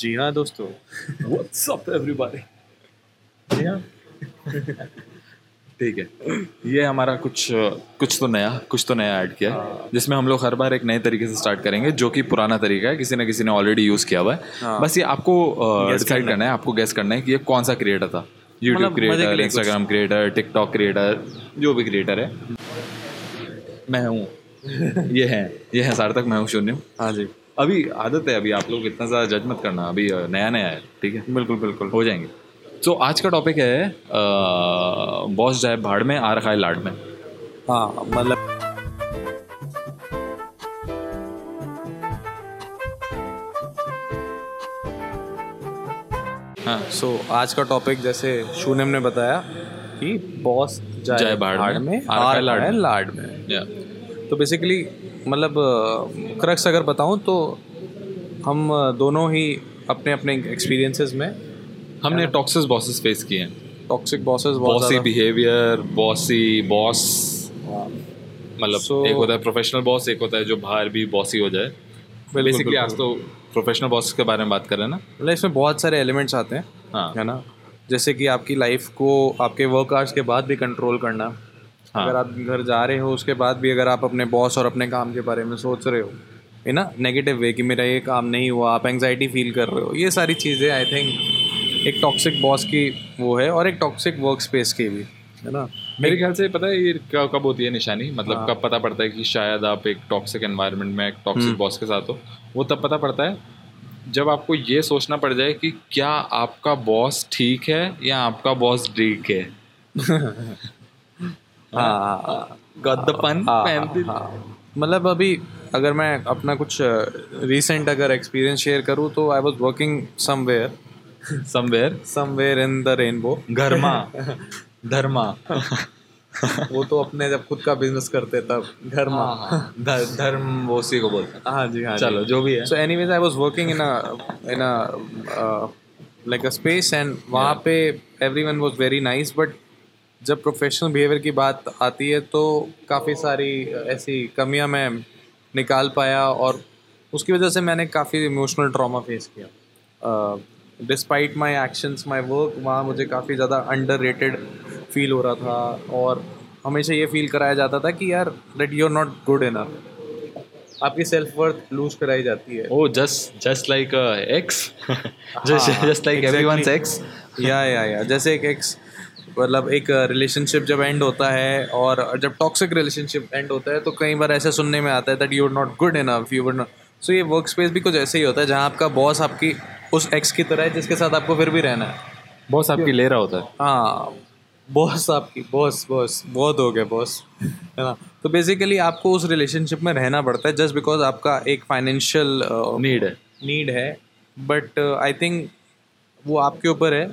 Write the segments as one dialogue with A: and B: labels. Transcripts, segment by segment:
A: जी हाँ दोस्तों
B: what's up everybody
A: जी हाँ
C: ठीक है ये हमारा कुछ कुछ तो नया कुछ तो नया ऐड किया
A: हाँ।
C: है जिसमें हम लोग हर बार एक नए तरीके से स्टार्ट करेंगे जो कि पुराना तरीका है किसी न किसी ने ऑलरेडी यूज़ किया हुआ है
A: हाँ।
C: बस ये आपको
A: Guess
C: डिसाइड
A: करना
C: करना है आपको गैस करना है कि ये कौन सा क्रिएटर था यूट्यूब
A: मतलब मजे के
C: क्रिएटर
A: लिए कुछ।
C: इंस्टाग्राम क्रिएटर टिकटॉक क्रिएटर जो भी क्रिएटर है मैं हूँ ये है ये है सार्थक मैं हूँ शून्य
A: हाँ जी
C: अभी आदत है अभी आप लोग इतना ज़्यादा जज मत करना अभी नया नया है ठीक है
A: बिल्कुल बिल्कुल
C: हो जाएंगे तो आज का टॉपिक है अ, बॉस जाए भाड़ में आ रखा है लाड में
A: हाँ मतलब
C: हाँ
A: सो आज का टॉपिक जैसे शून्यम ने बताया कि बॉस जाए,
C: जाए भाड़ में,
A: में
C: आ रहा
A: आ
C: है
A: रहा
C: लाड
A: है
C: में।
A: लाड में
C: या
A: तो बेसिकली मतलब क्रक्स अगर बताऊं तो हम अ, दोनों ही अपने अपने एक्सपीरियंसेस में
C: हमने टॉक्सिस बॉसेस फेस किए हैं
A: टॉक्सिक बॉसेस बहुत
C: बॉसी
A: ज़्यादा
C: बिहेवियर बॉसी बॉस
A: हाँ।
C: मतलब
A: So-
C: एक होता है प्रोफेशनल बॉस एक होता है जो बाहर भी बॉसी हो जाए बेसिकली आज तो प्रोफेशनल बॉस के बारे में बात कर रहे हैं ना
A: मतलब इसमें बहुत सारे एलिमेंट्स आते हैं
C: हाँ
A: है ना जैसे कि आपकी लाइफ को आपके वर्क आवर्स के बाद भी कंट्रोल करना
C: हाँ।
A: अगर आप घर जा रहे हो उसके बाद भी अगर आप अपने बॉस और अपने काम के बारे में सोच रहे हो है ना नेगेटिव वे कि मेरा ये काम नहीं हुआ आप एंग्जाइटी फील कर रहे हो ये सारी चीज़ें आई थिंक एक टॉक्सिक बॉस की वो है और एक टॉक्सिक वर्क स्पेस की भी है ना
C: मेरे ख्याल से पता है ये क- कब होती है निशानी मतलब
A: हाँ।
C: कब पता पड़ता है कि शायद आप एक टॉक्सिक एनवायरनमेंट में एक
A: हम्म।
C: टॉक्सिक बॉस के साथ हो वो तब पता पड़ता है जब आपको ये सोचना पड़ जाए कि क्या आपका बॉस ठीक है या आपका बॉस ठीक है
A: हाँ
C: गद्दपन पैंतीस
A: हाँ। मतलब अभी अगर मैं अपना कुछ रिसेंट अगर एक्सपीरियंस शेयर करूँ तो आई वॉज वर्किंग समवेयर हाँ।
C: Somewhere
A: somewhere in the rainbow
C: घरमा धर्मा
A: हाँ, वो तो अपने जब खुद का बिजनेस करते तब घर में
C: ध- धर्म वो उसी को बोलते हैं
A: हाँ जी हाँ
C: हाँ, चलो जो भी है
A: so anyways I was working in a in a like a space and वहाँ पे everyone was very nice but जब प्रोफेशनल बिहेवियर की बात आती है तो काफ़ी सारी ऐसी कमियां मैं निकाल पाया और उसकी वजह से मैंने काफ़ी इमोशनल ट्रॉमा फेस किया despite my actions my work वहाँ मुझे काफ़ी ज़्यादा अंडर रेटेड फील हो रहा था और हमेशा ये फील कराया जाता था कि यार that you are not good enough आपकी सेल्फ वर्थ लूज कराई जाती है
C: oh just just like x just just like everyone's ex
A: हाँ, या या या जैसे एक एक्स मतलब एक रिलेशनशिप जब एंड होता है और जब टॉक्सिक रिलेशनशिप एंड होता है तो कई बार ऐसा सुनने में आता है that you are not good enough you were not so ये वर्क स्पेस भी कुछ ऐसे ही होता है जहाँ आपका बॉस आपकी उस एक्स की तरह है जिसके साथ आपको फिर भी रहना है
C: बॉस आपकी ले रहा होता है
A: हाँ बॉस आपकी बॉस बॉस बहुत हो गया बॉस है ना तो बेसिकली आपको उस रिलेशनशिप में रहना पड़ता है जस्ट बिकॉज आपका एक uh, फाइनेंशियल
C: नीड है
A: नीड है बट आई थिंक वो आपके ऊपर है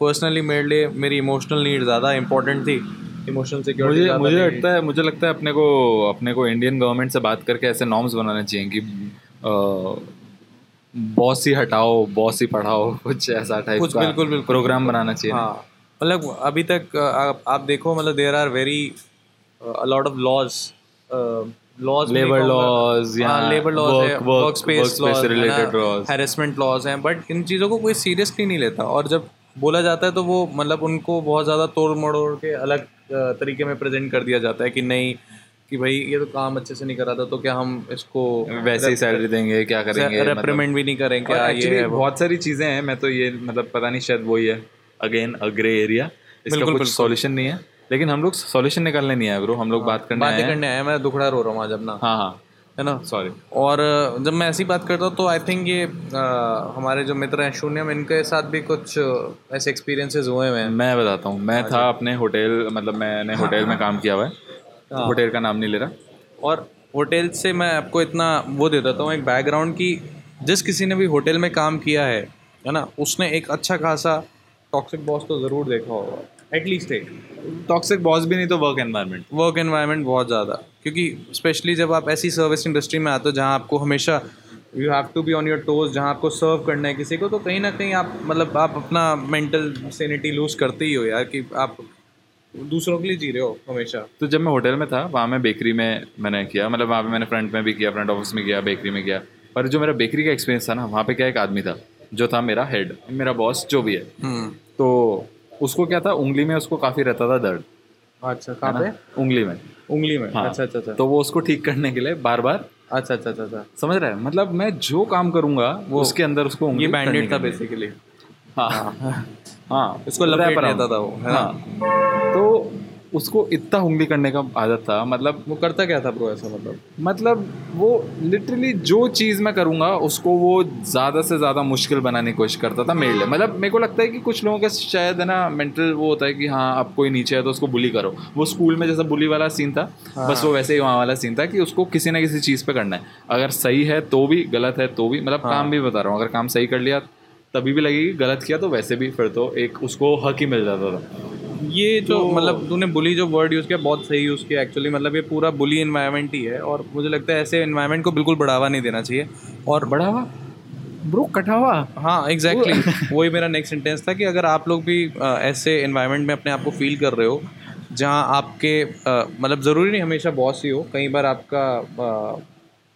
A: पर्सनली मेरे लिए मेरी इमोशनल नीड ज़्यादा इंपॉर्टेंट थी इमोशनल सिक्योरिटी
C: मुझे मुझे लगता है मुझे लगता है अपने को अपने को इंडियन गवर्नमेंट से बात करके ऐसे नॉर्म्स बनाने चाहिए कि बॉस ही हटाओ बॉस ही पढ़ाओ कुछ ऐसा टाइप
A: कुछ
C: का
A: बिल्कुल- बिल्कुल।
C: प्रोग्राम बनाना चाहिए
A: हाँ मतलब अभी तक uh, आप, आप देखो मतलब there are very a lot of laws uh, laws
C: Labor laws या
A: लेबर लॉज
C: work-
A: हाँ, है
C: work-
A: work space
C: workspace related
A: laws
C: laws।
A: Harassment laws हैं बट इन चीज़ों को कोई सीरियसली नहीं लेता और जब बोला जाता है तो वो मतलब उनको बहुत ज़्यादा तोड़ मड़ोड़ के अलग uh, तरीके में प्रेजेंट कर दिया जाता है कि नहीं कि भाई ये तो काम अच्छे से नहीं करा था तो क्या हम इसको
C: वैसे ही सैलरी देंगे क्या करेंगे मतलब-
A: रेप्रेमेंट भी नहीं करेंगे
C: और
A: क्या ये
C: actually
A: है वो?
C: बहुत सारी चीज़ें हैं मैं तो ये मतलब पता नहीं शायद वही है अगेन अ ग्रे एरिया इसका कुछ सॉल्यूशन नहीं है लेकिन हम लोग सॉल्यूशन निकालने नहीं आए ब्रो हम
A: हाँ।
C: लोग बात करने आए
A: बातें
C: हैं
A: करने आया मैं दुखड़ा रो रहा हूँ आज अपना
C: हाँ हाँ
A: है ना
C: सॉरी
A: और अ, जब मैं ऐसी बात करता हूँ तो आई थिंक ये अ, हमारे जो मित्र हैं शून्यम इनके साथ भी कुछ अ, ऐसे एक्सपीरियंसेस हुए हुए हैं
C: मैं बताता हूँ
A: हाँ
C: मैं था अपने होटल मतलब मैंने होटल में काम किया हुआ
A: हाँ।
C: है होटल का नाम नहीं ले रहा
A: और होटल से मैं आपको इतना वो दे देता हूँ एक बैकग्राउंड की जिस किसी ने भी होटल में काम किया है है ना उसने एक अच्छा खासा टॉक्सिक बॉस तो ज़रूर देखा होगा एटलीस्ट एक
C: टॉक्सिक बॉस भी नहीं तो वर्क एनवायरनमेंट
A: वर्क एनवायरनमेंट बहुत ज़्यादा क्योंकि स्पेशली जब आप ऐसी सर्विस इंडस्ट्री में आते हो जहाँ आपको हमेशा you have to be on your toes जहाँ आपको सर्व करना है किसी को तो कहीं ना कहीं आप मतलब आप अपना मेंटल सेनिटी लूज करते ही हो यार कि आप दूसरों के लिए जी रहे हो हमेशा
C: तो जब मैं होटल में था वहाँ मैं बेकरी में मैंने किया मतलब वहाँ पे मैंने फ्रंट में भी किया फ्रंट ऑफिस में किया बेकरी में किया पर जो मेरा बेकरी का एक्सपीरियंस था ना वहाँ पे क्या एक आदमी था जो था मेरा हेड मेरा बॉस जो भी है
A: हम्म
C: तो उसको क्या था उंगली में उसको काफ़ी रहता था दर्द
A: अच्छा कहाँ
C: है
A: पे
C: ना? उंगली में
A: उंगली में
C: हाँ।
A: अच्छा अच्छा अच्छा
C: तो वो उसको ठीक करने के लिए बार बार
A: अच्छा अच्छा अच्छा अच्छा
C: समझ रहा है मतलब मैं जो काम करूंगा वो उसके अंदर उसको उंगली
A: ये
C: करनी
A: बैंडेड था
C: करनी है।
A: बेसिकली
C: हाँ हाँ
A: इसको लपेट
C: रैपर
A: लेता था वो है ना
C: हाँ तो उसको इतना उंगली करने का आदत था मतलब
A: वो करता क्या था ब्रो ऐसा मतलब
C: मतलब वो लिटरली जो चीज़ मैं करूँगा उसको वो ज़्यादा से ज़्यादा मुश्किल बनाने की कोशिश करता था मेरे लिए मतलब मेरे को लगता है कि कुछ लोगों का शायद है ना मेंटल वो होता है कि हाँ अब कोई नीचे है तो उसको बुली करो वो स्कूल में जैसा बुली वाला सीन था बस वो वैसे ही वहाँ वाला सीन था कि उसको किसी ना किसी चीज़ पे करना है अगर सही है तो भी गलत है तो भी मतलब काम भी बता रहा हूँ अगर काम सही कर लिया तभी भी लगेगी गलत किया तो वैसे भी फिर तो एक उसको हक ही मिल जाता था
A: ये जो मतलब तूने बुली जो वर्ड यूज़ किया बहुत सही यूज़ किया एक्चुअली मतलब ये पूरा बुली इन्वायरमेंट ही है और मुझे लगता है ऐसे इन्वायरमेंट को बिल्कुल बढ़ावा नहीं देना चाहिए और
C: बढ़ावा ब्रो कटावा
A: हाँ एग्जैक्टली exactly. वही मेरा नेक्स्ट सेंटेंस था कि अगर आप लोग भी अ, ऐसे इन्वायरमेंट में अपने आप को फील कर रहे हो जहाँ आपके अ, मतलब ज़रूरी नहीं हमेशा बॉस ही हो कई बार आपका अ,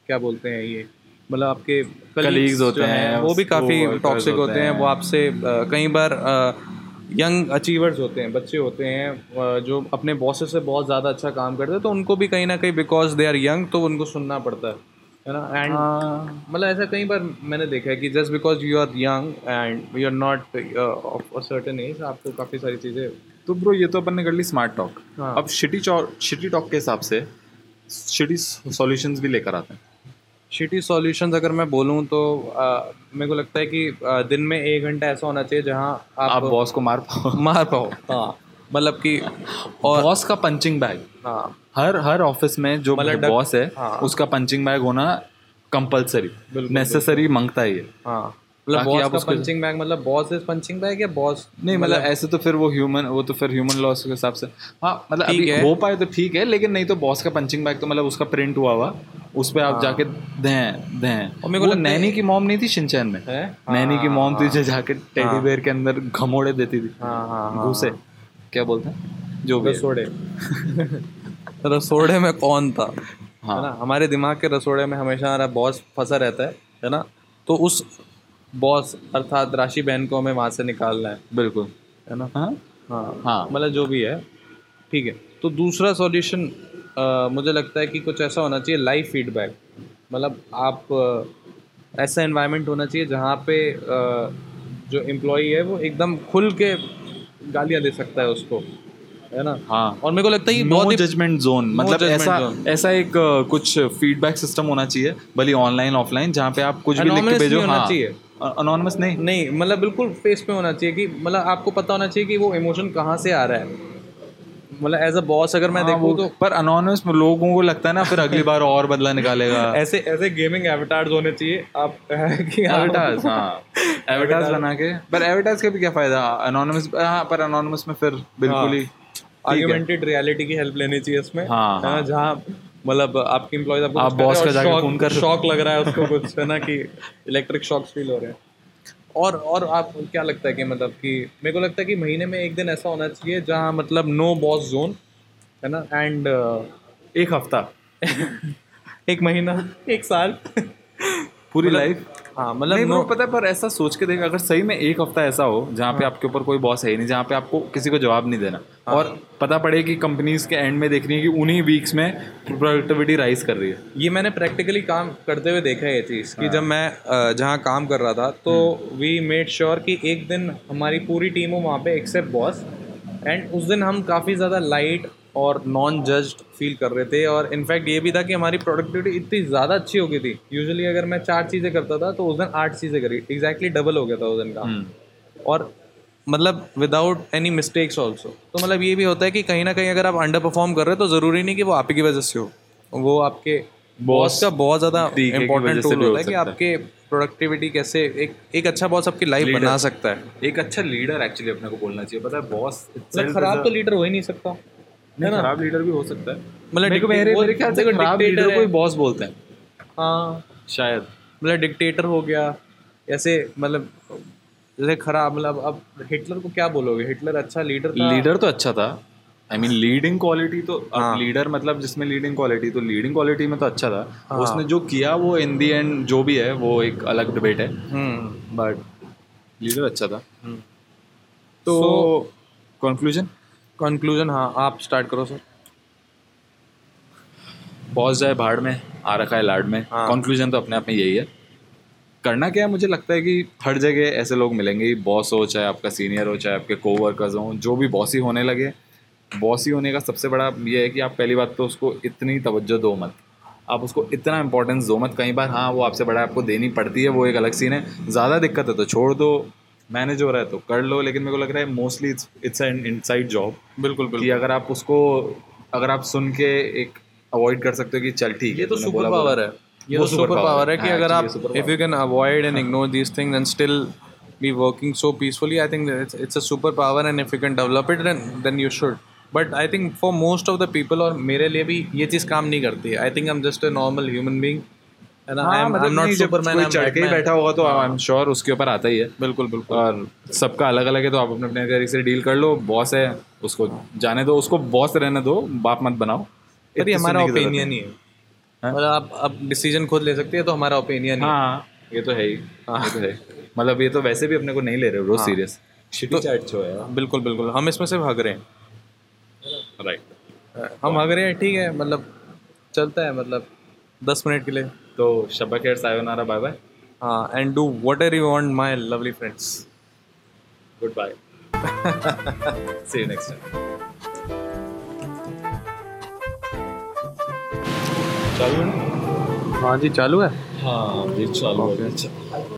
A: क्या बोलते हैं ये मतलब आपके
C: Colleagues
A: जो
C: होते हैं,
A: वो भी काफ़ी
C: co-workers
A: टॉक्सिक
C: होते
A: होते हैं
C: हैं।
A: वो आपसे अ, कई बार यंग अचीवर्स होते हैं बच्चे होते हैं अ, जो अपने बॉसेस से बहुत ज़्यादा अच्छा काम करते हैं तो उनको भी कहीं ना कहीं बिकॉज दे आर यंग तो उनको सुनना पड़ता है है ना एंड मतलब ऐसा कई बार मैंने देखा है कि just because you are young and you are not of a certain age आपको काफ़ी सारी चीज़ें
C: तो ब्रो ये तो अपन ने कर ली स्मार्ट टॉक
A: हाँ।
C: अब शिटी शिटी टॉक के हिसाब से शिटी सॉल्यूशंस भी लेकर आते हैं
A: शिटी सॉल्यूशंस अगर मैं बोलूँ तो अ, मेरे को लगता है कि अ, दिन में एक घंटा ऐसा होना चाहिए जहाँ आप,
C: आप बॉस को मार पाओ
A: मार पाओ हाँ मतलब कि और
C: बॉस का पंचिंग बैग
A: हाँ
C: हर हर ऑफिस में जो
A: मतलब डक-
C: बॉस है
A: हाँ।
C: उसका पंचिंग बैग होना कंपलसरी
A: बिल्कुल,
C: नेसेसरी मांगता ही है
A: हाँ मतलब
C: ताकि
A: बॉस
C: आप
A: का
C: उसको-
A: पंचिंग बैग मतलब बॉस इज पंचिंग बैग या बॉस
C: नहीं मतलब ऐसे तो फिर वो ह्यूमन वो तो फिर ह्यूमन लॉस के हिसाब से हाँ मतलब
A: ठीक
C: अभी
A: है।
C: हो पाए तो ठीक है लेकिन नहीं तो बॉस का पंचिंग बैग तो मतलब उसका प्रिंट हुआ हुआ उस पर आप जाके दें दें
A: हाँ। और मेरे को
C: वो
A: लगता है- हाँ।
C: नैनी की मॉम नहीं थी शिनचैन में
A: है
C: नैनी की मॉम थी जो जाके टेडी बेयर के अंदर घमोड़े देती थी
A: हाँ हाँ हाँ
C: घूसे क्या बोलते हैं जो भी है।
A: रसोड़े रसोड़े में कौन था
C: हाँ।
A: है ना हमारे दिमाग के रसोड़े में हमेशा हमारा बॉस फंसा रहता है है ना तो उस बॉस अर्थात राशि बहन को हमें वहाँ से निकालना है
C: बिल्कुल
A: है ना
C: हाँ
A: हाँ
C: हाँ
A: मतलब जो भी है ठीक है तो दूसरा सॉल्यूशन मुझे लगता है कि कुछ ऐसा होना चाहिए लाइव फीडबैक मतलब आप अ, ऐसा एनवायरनमेंट होना चाहिए जहाँ पे अ, जो एम्प्लॉई है वो एकदम खुल के गालियाँ दे सकता है उसको है ना
C: हाँ
A: और मेरे को लगता है ये
C: नो
A: बहुत ही
C: जजमेंट जोन मतलब
A: judgment
C: ऐसा
A: zone.
C: ऐसा एक अ, कुछ फीडबैक सिस्टम होना चाहिए भले ऑनलाइन ऑफलाइन जहाँ पे आप कुछ भी लिख के
A: Anonymous
C: भेजो
A: नहीं होना चाहिए।
C: हाँ अनोनमस नहीं
A: नहीं मतलब बिल्कुल फेस पे होना चाहिए कि मतलब आपको पता होना चाहिए कि वो इमोशन कहाँ से आ रहा है मतलब एज अ बॉस अगर मैं
C: हाँ,
A: देखूँ
C: वो-
A: तो
C: पर अनोनमस लोगों को लगता है ना फिर अगली बार और बदला निकालेगा
A: ऐसे ऐसे गेमिंग एवटार्स होने चाहिए आप कि आप-
C: एवटाज हाँ एवटाज बना के पर एवटाज का भी क्या फायदा अनोनमस हाँ पर अनोनमस में फिर बिल्कुल ही
A: आर्गुमेंटेड रियलिटी की हेल्प लेनी चाहिए इसमें
C: हाँ,
A: है ना जहाँ मतलब आपके एम्प्लॉयज आपको
C: आप
A: कुछ कर रहे
C: boss
A: हैं
C: का
A: और
C: जाके
A: shock-
C: phone कर रहे हो।
A: shock लग रहा है उसको कुछ है ना कि इलेक्ट्रिक शॉक्स फील हो रहे हैं और और आप क्या लगता है कि मतलब कि मेरे को लगता है कि महीने में एक दिन ऐसा होना चाहिए जहाँ मतलब नो बॉस जोन है ना एंड
C: एक हफ्ता
A: एक महीना एक साल
C: पूरी लाइफ
A: हाँ
C: नहीं
A: मतलब
C: ब्रो
A: no-
C: पता है पर ऐसा सोच के देख अगर सही में एक हफ्ता ऐसा हो जहाँ पे आपके ऊपर कोई बॉस है ही नहीं जहाँ पे आपको किसी को जवाब नहीं देना और पता पड़े कि कंपनीज के एंड में देख रही है कि उन्हीं वीक्स में प्रोडक्टिविटी राइज कर रही है
A: ये मैंने प्रैक्टिकली काम करते हुए देखा है ये चीज़ कि जब मैं अ, जहाँ काम कर रहा था तो वी मेड श्योर कि एक दिन हमारी पूरी टीम हो वहाँ पे एक्सेप्ट बॉस एंड उस दिन हम काफ़ी ज़्यादा लाइट और नॉन जज्ड फील कर रहे थे और इनफैक्ट ये भी था कि हमारी प्रोडक्टिविटी इतनी ज़्यादा अच्छी हो गई थी यूजुअली अगर मैं चार चीज़ें करता था तो उस दिन आठ चीज़ें करी एग्जैक्टली डबल हो गया था उस दिन का
C: हम्म।
A: और मतलब विदाउट एनी मिस्टेक्स ऑल्सो तो मतलब ये भी होता है कि कहीं ना कहीं अगर आप अंडर परफॉर्म कर रहे हो तो ज़रूरी नहीं कि वो आप ही की वजह से हो वो आपके बॉस का बहुत ज़्यादा
C: ठीक है, की वजह
A: इंपॉर्टेंट
C: से
A: टूल
C: भी हो
A: होता है कि आपके प्रोडक्टिविटी कैसे एक एक अच्छा बॉस आपकी लाइफ बना सकता है
C: एक अच्छा लीडर एक्चुअली अपने को बोलना चाहिए पता है बॉस
A: मतलब खराब तो लीडर हो ही नहीं सकता
C: खराब लीडर भी हो सकता है
A: मतलब
C: तो- हाँ। मेरे को
A: dictator-
C: मेरे
A: वो-
C: मेरे ख्याल से
A: देखो,
C: खराब
A: dictator
C: लीडर
A: है।
C: को ही बॉस बोलते हैं
A: हाँ
C: शायद
A: मतलब डिक्टेटर हो गया ऐसे मतलब जैसे खराब मतलब अब हिटलर को क्या बोलोगे हिटलर अच्छा लीडर था
C: लीडर तो अच्छा था आई मीन लीडिंग क्वालिटी तो अब लीडर मतलब जिसमें लीडिंग क्वालिटी तो लीडिंग क्वालिटी में तो अच्छा था उसने जो किया वो इन दी एंड जो भी है वो एक अलग डिबेट है
A: हम्म
C: बट लीडर अच्छा था
A: तो
C: कंक्लूजन
A: कंक्लूजन हाँ आप स्टार्ट करो सर
C: बॉस जाए भाड़ में आ रखा है लाड में
A: हाँ।
C: कंक्लूजन तो अपने आप में यही है करना क्या है मुझे लगता है कि हर जगह ऐसे लोग मिलेंगे बॉस हो चाहे आपका सीनियर हो चाहे आपके कोवर्कर्स हो जो भी बॉस ही होने लगे बॉस ही होने का सबसे बड़ा ये है कि आप पहली बात तो उसको इतनी तवज्जो दो मत आप उसको इतना इंपॉर्टेंस दो मत कई बार हाँ वो आपसे बड़ा है, आपको देनी पड़ती है वो एक अलग सीन है ज़्यादा दिक्कत है तो छोड़ दो मैनेज हो रहा है तो कर लो लेकिन मेरे को लग रहा है mostly it's it's an inside job
A: बिल्कुल
C: कि अगर आप उसको अगर आप सुन के एक अवॉइड कर सकते हो कि चल ठीक है
A: ये तो
C: तूने
A: सुपर
C: बोला, बोला।
A: पावर है ये
C: वो
A: तो सुपर पावर है कि
C: हाँ,
A: अगर आप
C: actually ये super हाँ।
A: If you can avoid and ignore these things and still be working so peacefully I think it's a super power and if you can develop it then you should but I think for most of the people और मेरे लिए भी ये चीज़ काम नहीं करती I think I am just a normal human being and I
C: हाँ,
A: एम
C: मतलब
A: नॉट
C: नहीं, जब
A: सुपरमैन
C: कोई
A: आई एम
C: चढ़ के ही बैठा होगा तो आई एम श्योर उसके ऊपर आता ही है
A: बिल्कुल बिल्कुल
C: और सबका अलग अलग है तो आप अपने अपने तरीके से डील कर लो बॉस है उसको जाने दो उसको बॉस रहने दो बाप मत बनाओ
A: पर ये
C: इतनी
A: हमारा
C: सुनने की जरूरत
A: ओपिनियन ही है मतलब आप अब डिसीजन खुद ले सकते हैं तो हमारा ओपिनियन
C: नहीं। हाँ ये तो है ही ये तो है हाँ। मतलब ये तो वैसे भी अपने को नहीं ले रहे हो रोज सीरियस शिटी चैट शो है
A: तो बिल्कुल बिल्कुल हम इसमें सिर्फ हग रहे हैं
C: राइट
A: हम हग रहे हैं ठीक है मतलब चलता है मतलब दस मिनट के लिए
C: तो शब्बा केयर सायोनारा बाय बाय
A: हाँ and do whatever you want my lovely friends
C: goodbye see you next time चालू है ना
A: हाँ जी चालू है
C: हाँ ये चालू है अच्छा